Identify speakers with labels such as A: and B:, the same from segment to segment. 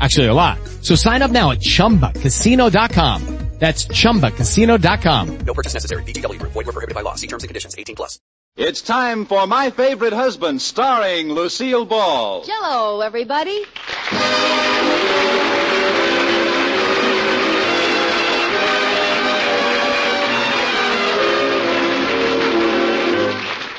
A: Actually a lot. So sign up now at chumbacasino.com. That's chumbacasino.com.
B: No purchase necessary. BGW. Void were prohibited by law. See terms and conditions. 18 plus.
C: It's time for My Favorite Husband, starring Lucille Ball.
D: Hello, everybody.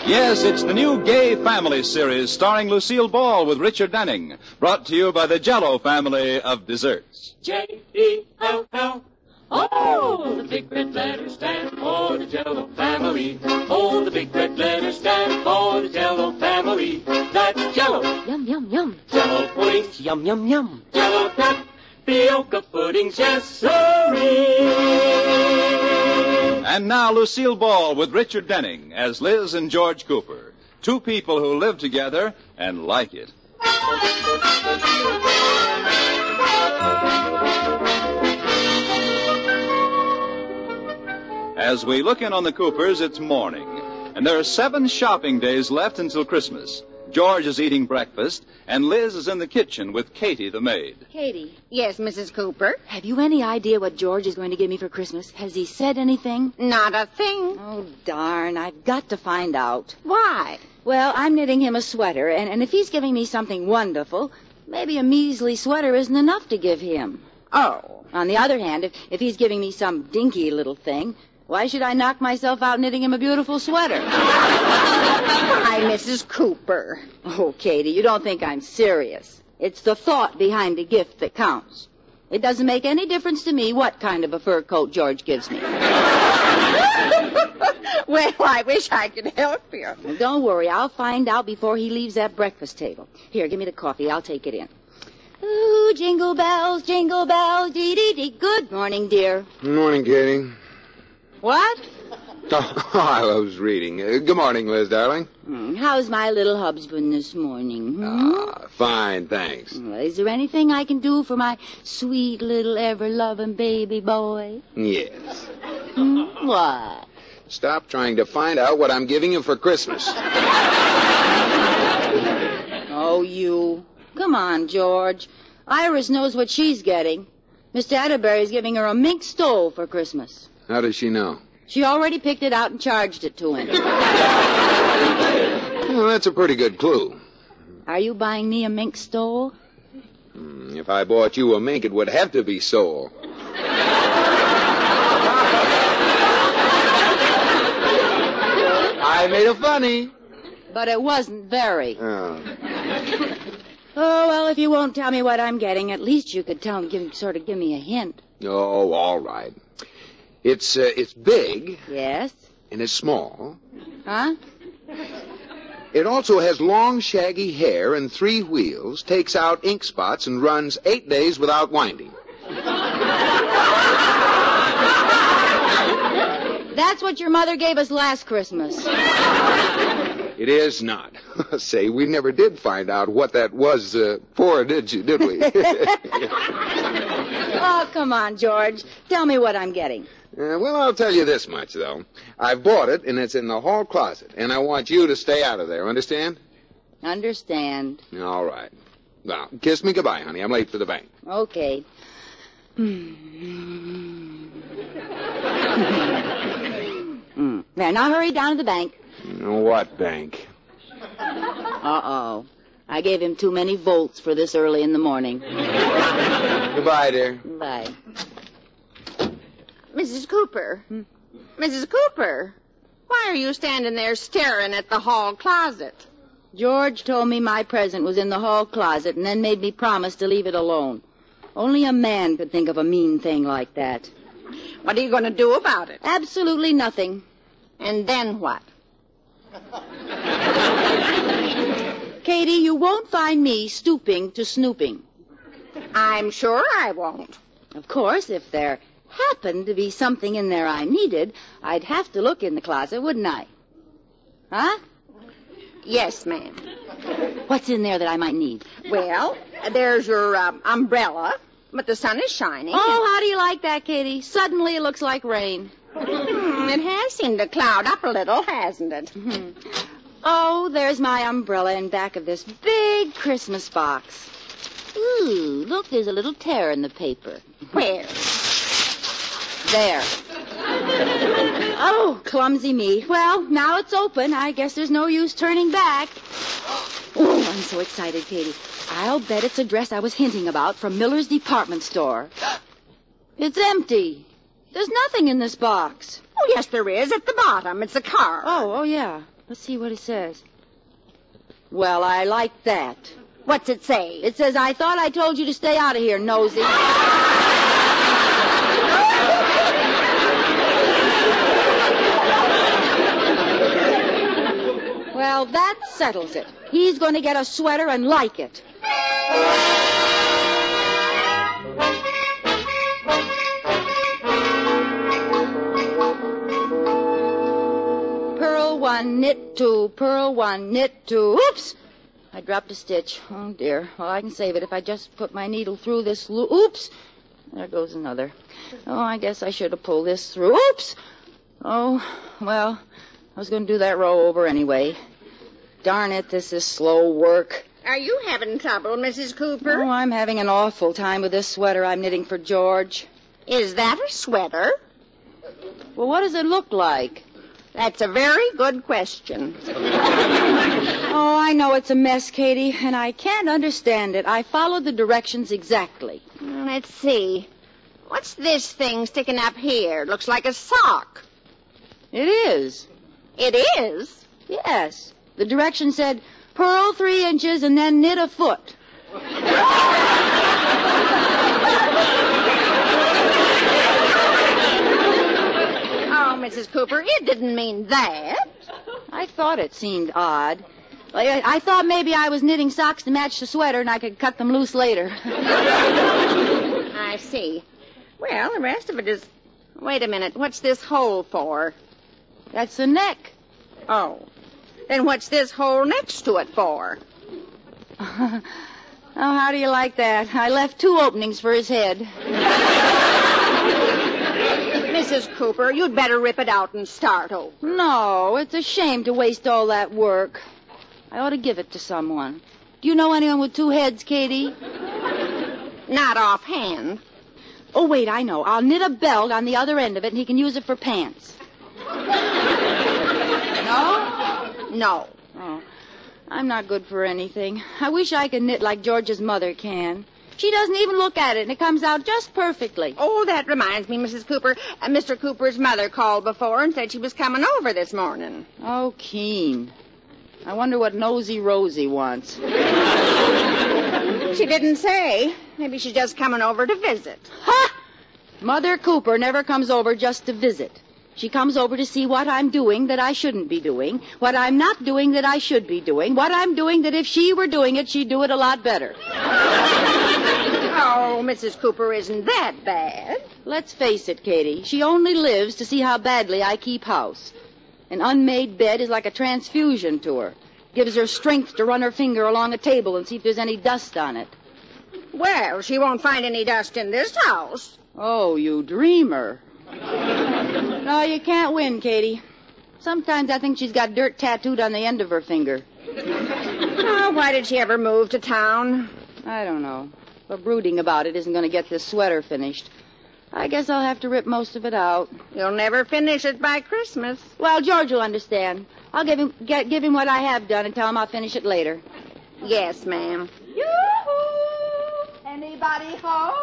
C: Yes, it's the new Gay Family series starring Lucille Ball with Richard Denning, brought to you by the Jello family of desserts.
E: J E L L. Oh, the big red letters stand for the Jello family. Oh, the big red letters stand for the Jello family. That's Jello,
D: Yum, yum, yum.
E: Jello puddings,
F: Yum, yum, yum.
E: Jello tapioca puddings, yes sirree.
C: And now Lucille Ball with Richard Denning as Liz and George Cooper, two people who live together and like it. As we look in on the Coopers, it's morning, and there are seven shopping days left until Christmas. George is eating breakfast, and Liz is in the kitchen with Katie the maid.
D: Katie,
G: Yes, Mrs. Cooper.
D: have you any idea what George is going to give me for Christmas? Has he said anything?
G: Not a thing.
D: Oh, darn. I've got to find out.
G: Why?
D: Well, I'm knitting him a sweater, and, and if he's giving me something wonderful, maybe a measly sweater isn't enough to give him.
G: Oh,
D: On the other hand, if, if he's giving me some dinky little thing, why should I knock myself out knitting him a beautiful sweater?
G: why, Mrs. Cooper?
D: Oh, Katie, you don't think I'm serious. It's the thought behind the gift that counts. It doesn't make any difference to me what kind of a fur coat George gives me.
G: Well, I wish I could help you.
D: Well, don't worry, I'll find out before he leaves that breakfast table. Here, give me the coffee. I'll take it in. Ooh, jingle bells, jingle bells, dee dee dee. Good morning, dear.
H: Good morning, Katie.
D: What?
H: Oh, I was reading. Uh, good morning, Liz, darling.
D: Hmm, How's my little husband this morning? hmm?
H: Uh, fine, thanks.
D: Well, is there anything I can do for my sweet little ever loving baby boy?
H: Yes.
D: Hmm? What?
H: Stop trying to find out what I'm giving you for Christmas.
D: Oh, you. Come on, George. Iris knows what she's getting. Mr. Atterbury's giving her a mink stole for Christmas.
H: How does she know?
D: She already picked it out and charged it to him.
H: Well, that's a pretty good clue.
D: Are you buying me a mink stole?
H: If I bought you a mink, it would have to be sold. I made a funny.
D: But it wasn't very.
H: Oh.
D: Oh, well, if you won't tell me what I'm getting, at least you could tell, give, sort of give me a hint.
H: Oh, all right. It's uh, it's big
D: Yes?
H: and it's small.
D: Huh?
H: It also has long, shaggy hair and three wheels, takes out ink spots, and runs eight days without winding.
D: That's what your mother gave us last Christmas.
H: It is not. Say, we never did find out what that was uh, for, did you? Did we? Uh,
D: Oh, come on, George. Tell me what I'm getting.
H: well, I'll tell you this much, though. I've bought it, and it's in the hall closet, and I want you to stay out of there. Understand?
D: Understand.
H: All right. Now, kiss me goodbye, honey. I'm late for the bank.
D: Okay. Hmm. There, now hurry down to the bank.
H: What bank?
D: Uh-oh. I gave him too many volts for this early in the morning.
H: Goodbye, dear.
D: Bye.
G: Mrs. Cooper. Mrs. Cooper. Why are you standing there staring at the hall closet?
D: George told me my present was in the hall closet and then made me promise to leave it alone. Only a man could think of a mean thing like that.
G: What are you going to do about it?
D: Absolutely nothing.
G: And then what?
D: Katie, you won't find me stooping to snooping.
G: I'm sure I won't.
D: Of course, if there happened to be something in there I needed, I'd have to look in the closet, wouldn't I? Huh?
G: Yes, ma'am.
D: What's in there that I might need?
G: Well, there's your um, umbrella, but the sun is shining.
D: Oh, how do you like that, Katie? Suddenly it looks like rain.
G: Hmm, it has seemed to cloud up a little, hasn't it?
D: Oh, there's my umbrella in back of this big Christmas box. Ooh, look, there's a little tear in the paper.
G: Where?
D: There. oh, clumsy me. Well, now it's open. I guess there's no use turning back. Oh, I'm so excited, Katie. I'll bet it's a dress I was hinting about from Miller's department store. It's empty. There's nothing in this box.
G: Oh, yes, there is. At the bottom. It's a car.
D: Oh, oh yeah. Let's see what it says. Well, I like that.
G: What's it say?
D: It says, I thought I told you to stay out of here, nosy. well, that settles it. He's going to get a sweater and like it. Pearl one, knit two, pearl one, knit two. Oops! I dropped a stitch. Oh dear. Well, I can save it if I just put my needle through this loop. Oops! There goes another. Oh, I guess I should have pulled this through. Oops! Oh, well, I was going to do that row over anyway. Darn it, this is slow work.
G: Are you having trouble, Mrs. Cooper?
D: Oh, I'm having an awful time with this sweater I'm knitting for George.
G: Is that a sweater?
D: Well, what does it look like?
G: That's a very good question.
D: Oh, I know it's a mess, Katie, and I can't understand it. I followed the directions exactly.
G: Let's see. What's this thing sticking up here? Looks like a sock.
D: It is.
G: It is.
D: Yes. The direction said, purl three inches and then knit a foot.
G: Oh, Mrs. Cooper, it didn't mean that.
D: I thought it seemed odd. Like, I, I thought maybe I was knitting socks to match the sweater and I could cut them loose later.
G: I see. Well, the rest of it is. Wait a minute. What's this hole for?
D: That's the neck.
G: Oh. Then what's this hole next to it for?
D: oh, how do you like that? I left two openings for his head.
G: Mrs. Cooper, you'd better rip it out and start over.
D: No, it's a shame to waste all that work. I ought to give it to someone. Do you know anyone with two heads, Katie?
G: Not offhand.
D: Oh, wait, I know. I'll knit a belt on the other end of it, and he can use it for pants. no?
G: No.
D: Oh, I'm not good for anything. I wish I could knit like George's mother can. She doesn't even look at it, and it comes out just perfectly.
G: Oh, that reminds me, Mrs. Cooper. Uh, Mr. Cooper's mother called before and said she was coming over this morning.
D: Oh, Keen. I wonder what Nosy Rosie wants.
G: She didn't say. Maybe she's just coming over to visit.
D: Ha! Mother Cooper never comes over just to visit. She comes over to see what I'm doing that I shouldn't be doing, what I'm not doing that I should be doing, what I'm doing that if she were doing it, she'd do it a lot better.
G: Oh, Mrs. Cooper isn't that bad.
D: Let's face it, Katie. She only lives to see how badly I keep house. An unmade bed is like a transfusion to her. Gives her strength to run her finger along a table and see if there's any dust on it.
G: Well, she won't find any dust in this house.
D: Oh, you dreamer. no, you can't win, Katie. Sometimes I think she's got dirt tattooed on the end of her finger.
G: Oh, why did she ever move to town?
D: I don't know. But brooding about it isn't going to get this sweater finished. I guess I'll have to rip most of it out.
G: You'll never finish it by Christmas.
D: Well, George will understand. I'll give him get, give him what I have done and tell him I'll finish it later.
G: Yes, ma'am. Anybody home?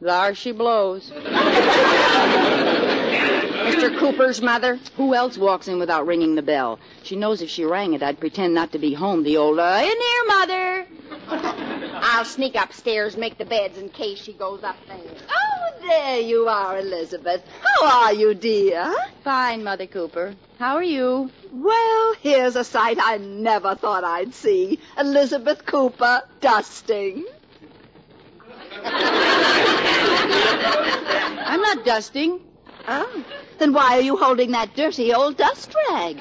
D: There she blows.
I: Mr. Cooper's mother? Who else walks in without ringing the bell? She knows if she rang it, I'd pretend not to be home. The old, uh, in here, mother.
J: I'll sneak upstairs, make the beds in case she goes up there.
I: Oh, there you are, Elizabeth. How are you, dear? Fine, Mother Cooper. How are you?
D: Well, here's a sight I never thought I'd see. Elizabeth Cooper dusting.
I: I'm not dusting.
D: Oh, then why are you holding that dirty old dust rag?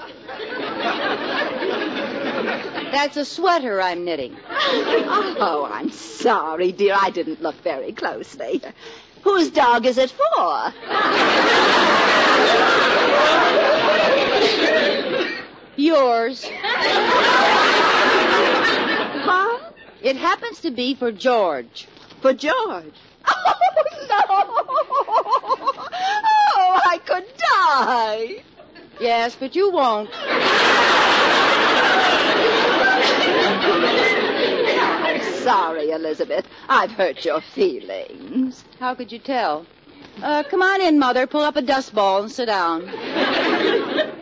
I: That's a sweater I'm knitting.
D: Oh, I'm sorry, dear. I didn't look very closely. Whose dog is it for?
I: Yours.
D: Huh?
I: It happens to be for George.
D: For George. Oh, no! Oh, I could die.
I: Yes, but you won't.
D: Sorry, Elizabeth. I've hurt your feelings.
I: How could you tell? Uh, come on in, Mother. Pull up a dust ball and sit down.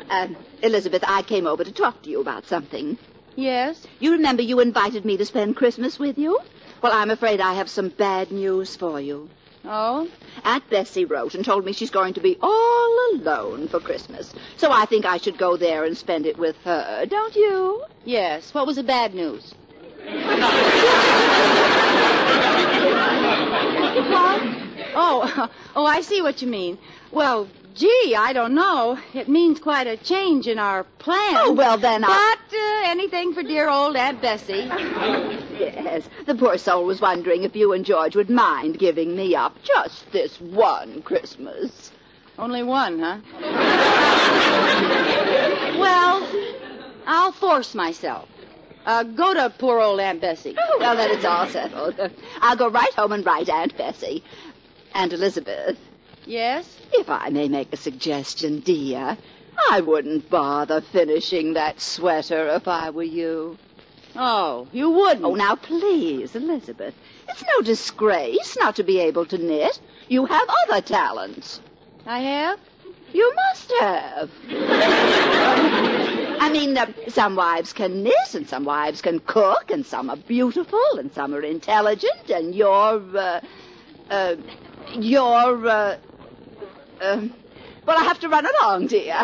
D: Um, Elizabeth, I came over to talk to you about something.
I: Yes?
D: You remember you invited me to spend Christmas with you? Well, I'm afraid I have some bad news for you.
I: Oh?
D: Aunt Bessie wrote and told me she's going to be all alone for Christmas. So I think I should go there and spend it with her, don't you?
I: Yes. What was the bad news? Oh, oh, I see what you mean. Well, gee, I don't know. It means quite a change in our plans.
D: Oh, well, then I-
I: But uh, anything for dear old Aunt Bessie.
D: Yes. The poor soul was wondering if you and George would mind giving me up just this one Christmas.
I: Only one, huh? well, I'll force myself. Uh, go to poor old Aunt Bessie.
D: Well, then it's all settled. I'll go right home and write Aunt Bessie. Aunt Elizabeth,
I: Yes?
D: if I may make a suggestion, dear, I wouldn't bother finishing that sweater if I were you.
I: Oh, you wouldn't.
D: Oh, now please, Elizabeth. It's no disgrace not to be able to knit. You have other talents.
I: I have?
D: You must have. I mean, uh, some wives can knit, and some wives can cook, and some are beautiful, and some are intelligent, and you're, uh, uh, you're, uh, um, well, I have to run along, dear.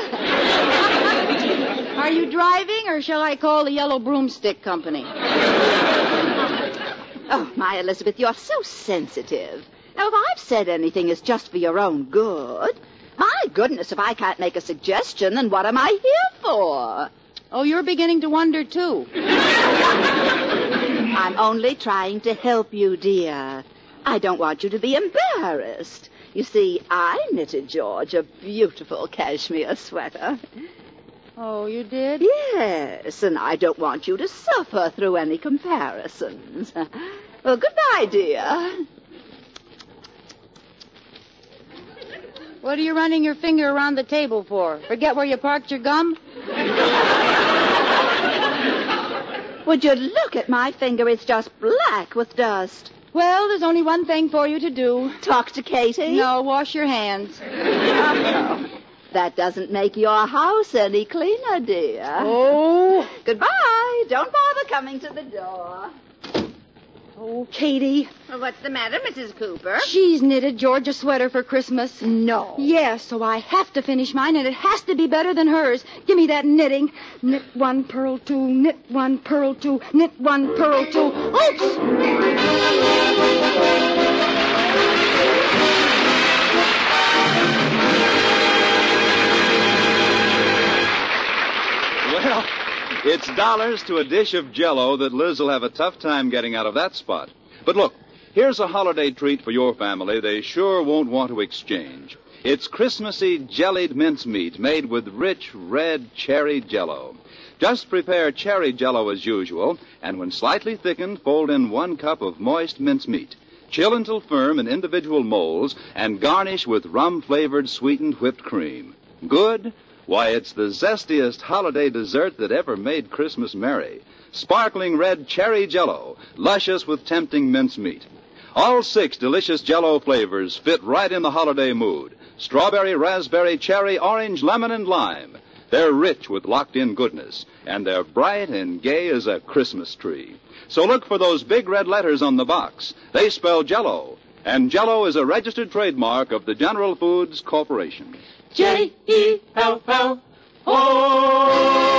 I: Are you driving, or shall I call the Yellow Broomstick Company?
D: Oh, my Elizabeth, you're so sensitive. Now, if I've said anything, it's just for your own good. My goodness, if I can't make a suggestion, then what am I here for?
I: Oh, you're beginning to wonder, too.
D: I'm only trying to help you, dear. I don't want you to be embarrassed. You see, I knitted George a beautiful cashmere sweater.
I: Oh, you did?
D: Yes, and I don't want you to suffer through any comparisons. Well, goodbye, dear.
I: What are you running your finger around the table for? Forget where you parked your gum?
D: Would you look at my finger? It's just black with dust.
I: Well, there's only one thing for you to do.
D: Talk to Katie?
I: No, wash your hands.
D: That doesn't make your house any cleaner, dear.
I: Oh.
D: Goodbye. Don't bother coming to the door.
I: Oh, Katie.
J: Well, what's the matter, Mrs. Cooper?
I: She's knitted George a sweater for Christmas.
D: No.
I: Yes, so I have to finish mine, and it has to be better than hers. Give me that knitting. Knit one, purl two, knit one, purl two, knit one, purl two. Oops!
C: Well, it's dollars to a dish of jello that Liz will have a tough time getting out of that spot. But look, here's a holiday treat for your family they sure won't want to exchange. It's Christmassy jellied mincemeat made with rich red cherry jello. Just prepare cherry jello as usual, and when slightly thickened, fold in one cup of moist mincemeat. Chill until firm in individual molds and garnish with rum flavored sweetened whipped cream. Good? Why, it's the zestiest holiday dessert that ever made Christmas merry. Sparkling red cherry jello, luscious with tempting mincemeat. All six delicious jello flavors fit right in the holiday mood. strawberry, raspberry, cherry, orange, lemon, and lime. They're rich with locked in goodness, and they're bright and gay as a Christmas tree. So look for those big red letters on the box. They spell Jello, and Jello is a registered trademark of the General Foods Corporation.
E: J E L L O.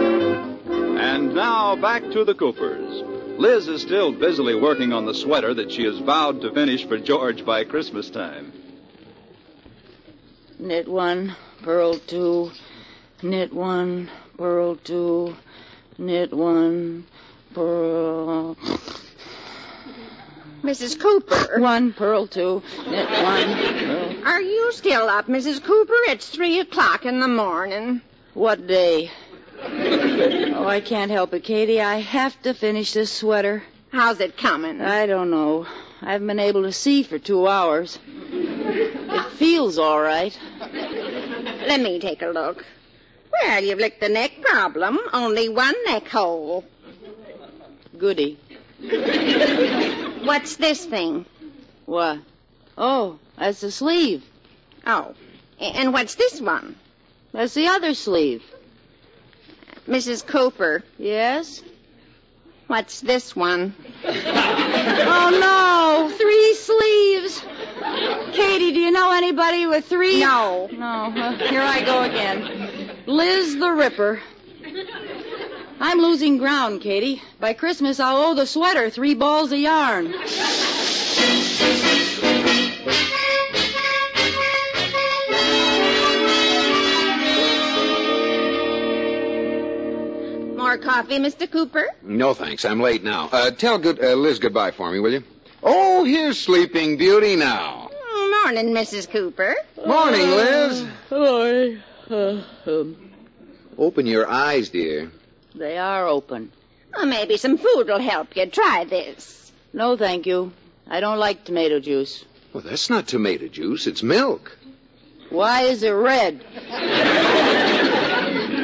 C: And now back to the Coopers. Liz is still busily working on the sweater that she has vowed to finish for George by Christmas time.
D: Knit one, purl two, knit one, purl two, knit one, purl.
G: Mrs. Cooper.
D: One, purl two, knit one, purl.
G: Are you still up, Mrs. Cooper? It's three o'clock in the morning.
D: What day? Oh, I can't help it, Katie. I have to finish this sweater.
G: How's it coming?
D: I don't know. I haven't been able to see for two hours. It feels all right.
G: Let me take a look. Well, you've licked the neck problem. Only one neck hole.
D: Goody.
G: What's this thing?
D: What? Oh, that's the sleeve.
G: Oh. A- And what's this one?
D: That's the other sleeve.
G: Mrs. Cooper.
D: Yes?
G: What's this one?
D: Oh, no! Three sleeves! Katie, do you know anybody with three?
G: No.
D: No. Well, here I go again. Liz the Ripper. I'm losing ground, Katie. By Christmas, I'll owe the sweater three balls of yarn.
G: More coffee, Mr. Cooper?
H: No, thanks. I'm late now. Uh, tell good, uh, Liz goodbye for me, will you? Oh, here's Sleeping Beauty now.
G: Mm, Morning, Mrs. Cooper.
H: Morning, Liz.
D: Hello. Uh, um,
H: Open your eyes, dear.
D: they are open.
G: Well, maybe some food will help you. Try this.
D: No, thank you. I don't like tomato juice.
H: Well, that's not tomato juice. It's milk.
D: Why is it red?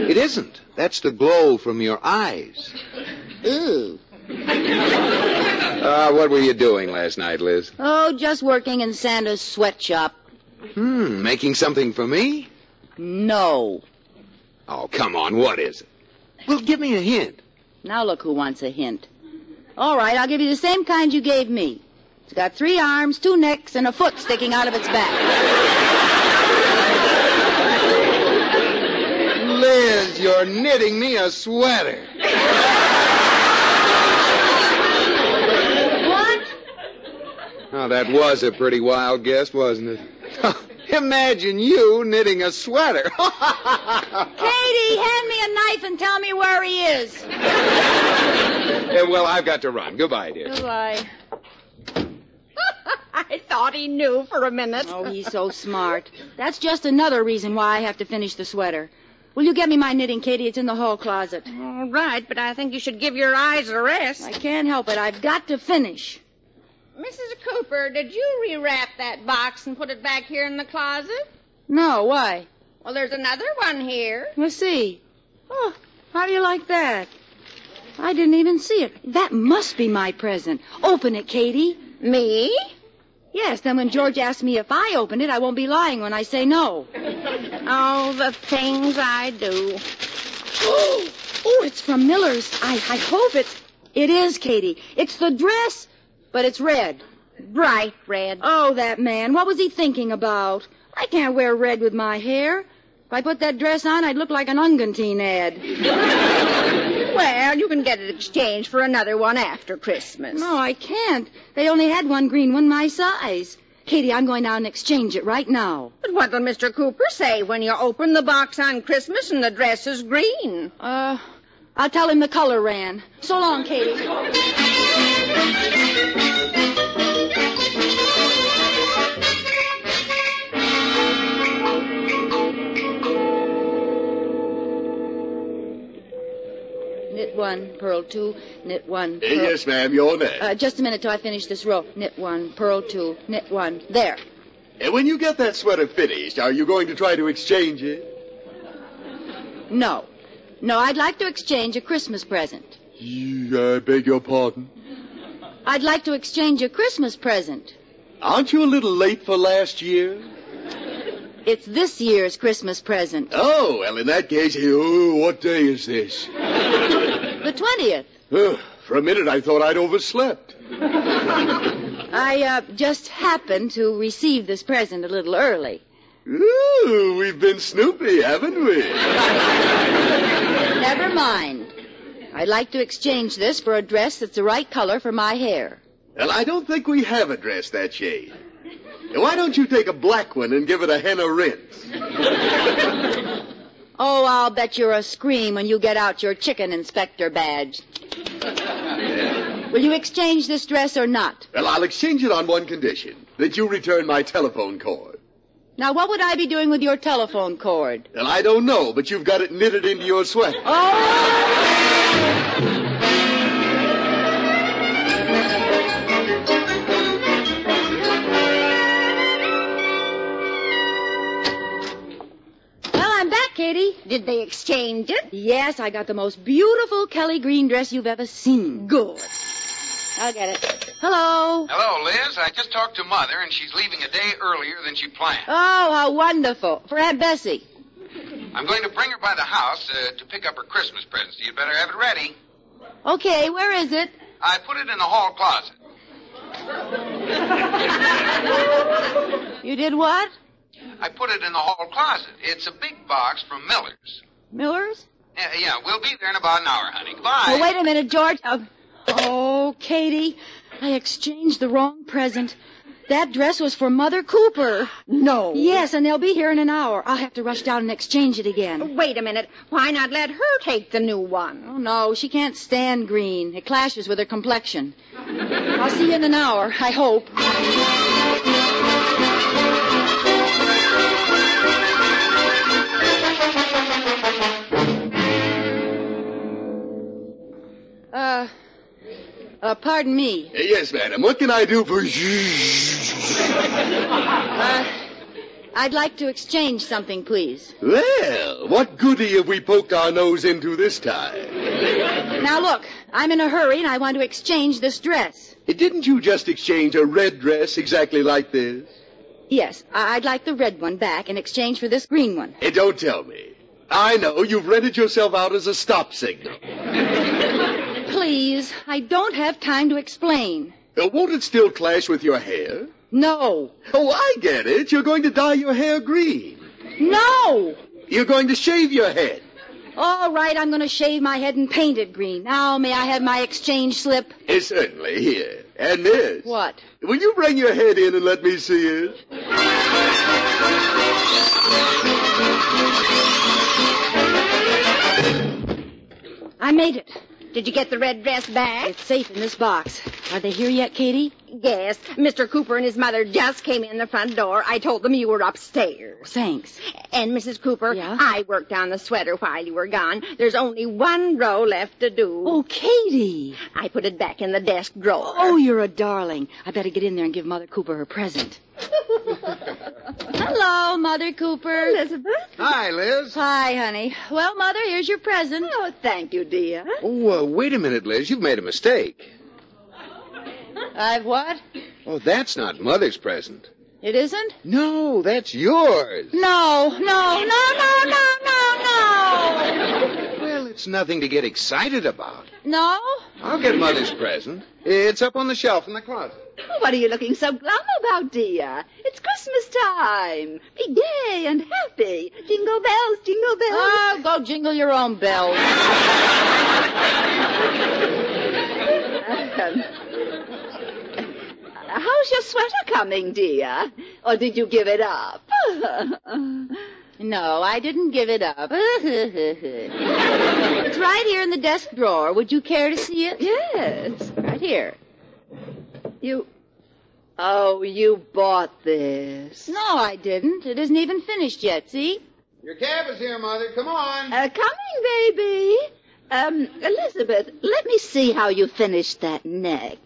H: It isn't. That's the glow from your eyes.
D: Ooh.
H: Uh, what were you doing last night, Liz?
D: Oh, just working in Santa's sweatshop.
H: Hmm, making something for me?
D: No.
H: Oh, come on. What is it? Well, give me a hint.
D: Now look who wants a hint. All right, I'll give you the same kind you gave me. It's got three arms, two necks, and a foot sticking out of its back.
H: Liz, you're knitting me a sweater.
D: What?
H: Now, that was a pretty wild guess, wasn't it? Imagine you knitting a sweater.
D: Katie, hand me a knife and tell me where he is.
H: Eh, well, I've got to run. Goodbye, dear.
D: Goodbye.
G: I thought he knew for a minute.
D: Oh, he's so smart. That's just another reason why I have to finish the sweater. Will you get me my knitting, Katie? It's in the hall closet.
G: All right, but I think you should give your eyes a rest.
D: I can't help it. I've got to finish.
G: Mrs. Cooper, did you rewrap that box and put it back here in the closet?
D: No, why?
G: Well, there's another one here.
D: Let's see. Oh, how do you like that? I didn't even see it. That must be my present. Open it, Katie.
G: Me?
D: Yes, then when George asks me if I opened it, I won't be lying when I say no.
G: All the things I do.
D: oh, it's from Miller's. I, I hope it's. It is, Katie. It's the dress, but it's red.
G: Bright red.
D: Oh, that man. What was he thinking about? I can't wear red with my hair. If I put that dress on, I'd look like an Ungantine ad.
G: Well, you can get it exchanged for another one after Christmas.
D: No, I can't. They only had one green one my size. Katie, I'm going down and exchange it right now.
G: But what'll Mr. Cooper say when you open the box on Christmas and the dress is green?
D: Uh, I'll tell him the color ran. So long, Katie. Knit one, purl two, knit one. Purl...
H: ma'am, you're next.
D: Uh, just a minute till I finish this row. Knit one, purl two, knit one. There.
H: when you get that sweater finished, are you going to try to exchange it?
D: No. No, I'd like to exchange a Christmas present.
C: I beg your pardon.
D: I'd like to exchange a Christmas present.
C: Aren't you a little late for last year?
D: It's this year's Christmas present.
C: Oh, well, in that case, oh, what day is this?
D: The 20th.
C: Ugh, for a minute, I thought I'd overslept.
D: I uh, just happened to receive this present a little early.
C: Ooh, we've been snoopy, haven't we?
D: Never mind. I'd like to exchange this for a dress that's the right color for my hair.
C: Well, I don't think we have addressed that shade. Why don't you take a black one and give it a henna rinse?
D: Oh, I'll bet you're a scream when you get out your chicken inspector badge. Will you exchange this dress or not?
C: Well, I'll exchange it on one condition that you return my telephone cord.
D: Now, what would I be doing with your telephone cord?
C: Well, I don't know, but you've got it knitted into your sweater.
D: Well, I'm back, Katie.
K: Did they exchange it?
D: Yes, I got the most beautiful Kelly green dress you've ever seen. Good. I'll get it. Hello.
H: Hello, Liz. I just talked to Mother, and she's leaving a day earlier than she planned.
D: Oh, how wonderful. For Aunt Bessie.
H: I'm going to bring her by the house uh, to pick up her Christmas presents. You'd better have it ready.
D: Okay, where is it?
H: I put it in the hall closet.
D: You did what?
H: I put it in the hall closet. It's a big box from Miller's.
D: Miller's?
H: Yeah, yeah we'll be there in about an hour, honey. Goodbye.
D: Well, wait a minute, George. Uh, oh, Katie, I exchanged the wrong present. That dress was for Mother Cooper. No. Yes, and they'll be here in an hour. I'll have to rush down and exchange it again.
K: Wait a minute. Why not let her take the new one?
D: Oh, no, she can't stand green. It clashes with her complexion. I'll see you in an hour, I hope. Uh, uh, pardon me.
C: Uh, Yes, madam. What can I do for you?
D: Uh, I'd like to exchange something, please.
C: Well, what goody have we poked our nose into this time?
D: Now look, I'm in a hurry and I want to exchange this dress.
H: Eh,
C: Uh, Didn't you just exchange a red dress exactly like this?
D: Yes, I- I'd like the red one back in exchange for this green one.
H: Eh,
C: Hey, don't tell me. I know you've rented yourself out as a stop signal.
D: Please, I don't have time to explain.
C: Uh, won't it still clash with your hair?
D: No.
C: Oh, I get it. You're going to dye your hair green.
D: No!
C: You're going to shave your head.
D: All right, I'm going to shave my head and paint it green. Now may I have my exchange slip?
C: Uh, certainly here. And this.
D: What?
C: Will you bring your head in and let me see it?
D: I made it.
K: Did you get the red dress back?
D: It's safe in this box. Are they here yet, Katie?
K: Yes. Mr. Cooper and his mother just came in the front door. I told them you were upstairs.
D: Thanks.
K: And Mrs. Cooper,
D: Yeah?
K: I worked on the sweater while you were gone. There's only one row left to do.
D: Oh, Katie.
K: I put it back in the desk drawer.
D: Oh, you're a darling. I better get in there and give Mother Cooper her present. Hello, Mother Cooper.
K: Elizabeth.
L: Hi, Liz.
D: Hi, honey. Well, Mother, here's your present.
K: Oh, thank you, dear.
L: Oh, uh, wait a minute, Liz. You've made a mistake.
D: I've what?
L: Oh, that's not Mother's present.
D: It isn't?
L: No, that's yours.
D: No, no, no, no, no, no, no.
L: Well, it's nothing to get excited about.
D: No?
L: I'll get Mother's present. It's up on the shelf in the closet.
M: What are you looking so glum about, dear? It's Christmas time. Be gay and happy. Jingle bells, jingle bells.
D: Oh, go jingle your own bells.
M: Um, How's your sweater coming, dear? Or did you give it up?
D: No, I didn't give it up. it's right here in the desk drawer. Would you care to see it?
M: yes.
D: Right here.
M: You. Oh, you bought this.
D: No, I didn't. It isn't even finished yet, see?
L: Your cab is here, Mother. Come on.
M: Uh, coming, baby. Um, Elizabeth, let me see how you finished that neck.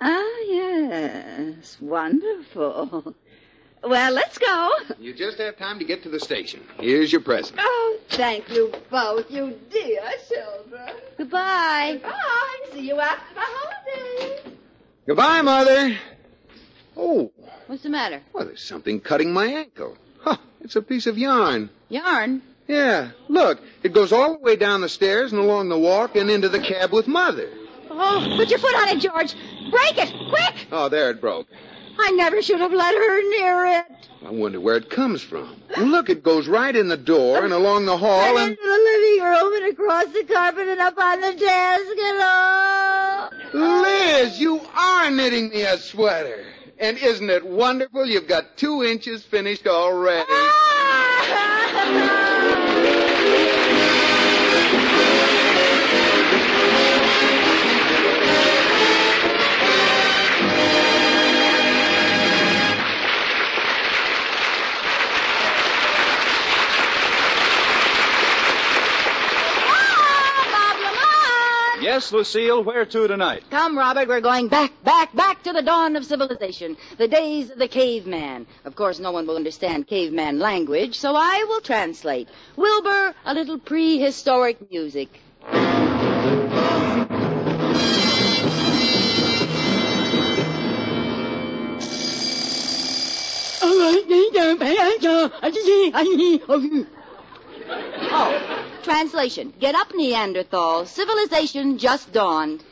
M: Ah, yes. Wonderful.
G: Well, let's go.
H: You just have time to get to the station. Here's your present.
G: Oh, thank you both, you dear children. Goodbye.
F: Bye. See you after the holidays.
H: Goodbye, Mother. Oh,
D: What's the matter?
H: well, there's something cutting my ankle. Huh, it's a piece of yarn.
D: Yarn?
H: Yeah, look, it goes all the way down the stairs and along the walk and into the cab with Mother.
G: Oh, put your foot on it, George. Break it, quick.
H: Oh, there it broke.
G: I never should have let her near it.
H: I wonder where it comes from. Look, it goes right in the door and along the hall
G: the
H: and.
G: living room and across the carpet and up on the desk and all.
H: Liz, you are knitting me a sweater. And isn't it wonderful? You've got two inches finished already.
C: Yes, Lucille, where to tonight?
D: Come, Robert, we're going back, back, back to the dawn of civilization, the days of the caveman. Of course, no one will understand caveman language, so I will translate. Wilbur, a little prehistoric music.
F: Oh,
D: Oh, Translation. Get up, Neanderthal. Civilization just dawned.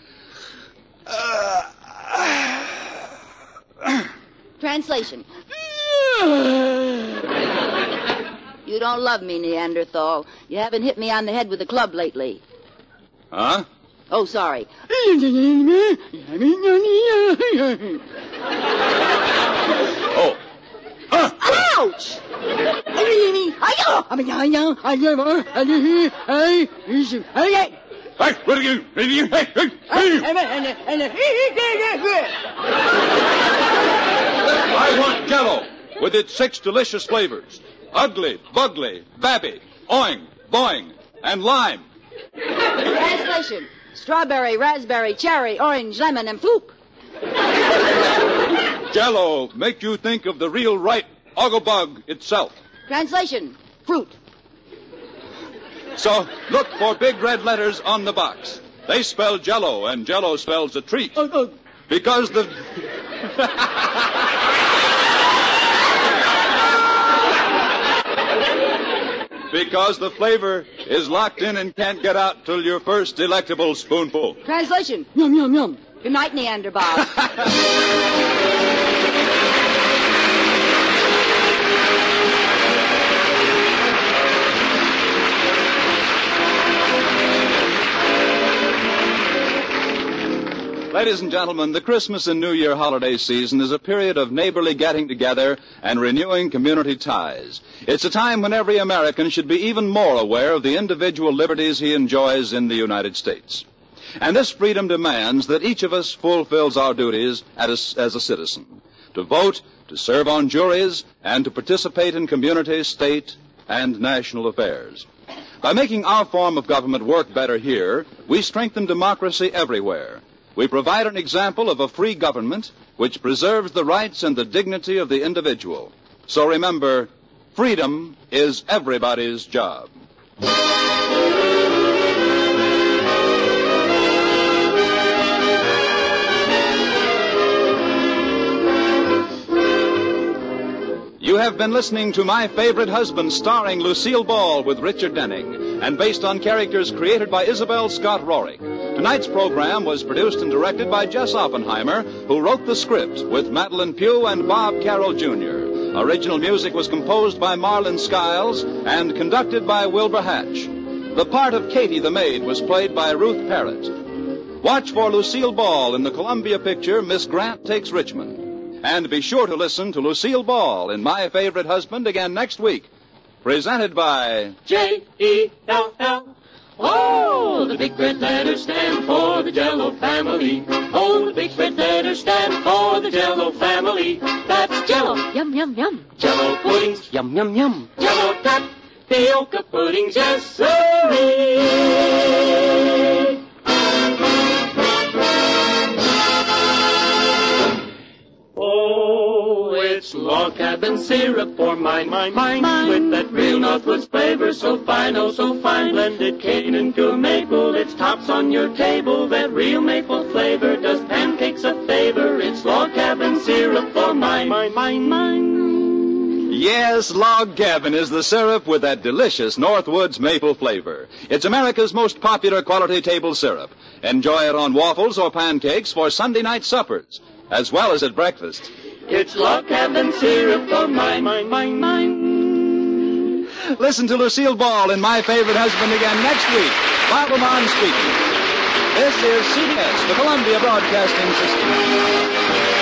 D: Translation. You don't love me, Neanderthal. You haven't hit me on the head with a club lately.
C: Huh?
D: Oh, sorry.
C: Oh,
F: Ouch!
C: I want Jello with its six delicious flavors: ugly, bugly, babby, oing, boing, and lime.
D: Translation. Strawberry, raspberry, cherry, orange, lemon, and poop.
C: Jello make you think of the real ripe Ogglebug itself.
D: Translation. Fruit.
C: So look for big red letters on the box. They spell Jello, and Jello spells a treat. Because the because the flavor is locked in and can't get out till your first delectable spoonful.
D: Translation. Yum, yum, yum. Good night, Neander Bob.
C: Ladies and gentlemen, the Christmas and New Year holiday season is a period of neighborly getting together and renewing community ties. It's a time when every American should be even more aware of the individual liberties he enjoys in the United States. And this freedom demands that each of us fulfills our duties as a, as a citizen to vote, to serve on juries, and to participate in community, state, and national affairs. By making our form of government work better here, we strengthen democracy everywhere. We provide an example of a free government which preserves the rights and the dignity of the individual. So remember, freedom is everybody's job. You have been listening to My Favorite Husband, starring Lucille Ball with Richard Denning, and based on characters created by Isabel Scott Rorick. Tonight's program was produced and directed by Jess Oppenheimer, who wrote the script with Madeline Pugh and Bob Carroll Jr. Original music was composed by Marlon Skiles and conducted by Wilbur Hatch. The part of Katie the maid was played by Ruth Parrott. Watch for Lucille Ball in the Columbia picture Miss Grant Takes Richmond. And be sure to listen to Lucille Ball in My Favorite Husband again next week. Presented by
E: J E L L. Oh, the big red letters stand for the Jello family. Oh, the big red letters stand for the Jello family. That's Jello. Yum yum yum. Jello puddings. Yum yum yum. Jello tap. Tapioca puddings. Yes, sirree. Oh, it's It's log cabin syrup for mine, mine, mine, With that real Northwoods flavor so fine, oh so fine. Blended cane and pure maple, it's tops on your table. That real maple flavor does pancakes a favor. It's log cabin syrup for mine, mine, mine, mine.
C: Yes, Log Cabin is the syrup with that delicious Northwoods maple flavor. It's America's most popular quality table syrup. Enjoy it on waffles or pancakes for Sunday night suppers, as well as at breakfast.
E: It's log cabin syrup for mine, mine, mine, mine.
C: Listen to Lucille Ball in My Favorite Husband again next week. Bob Amon speaking. This is CBS, the Columbia Broadcasting System.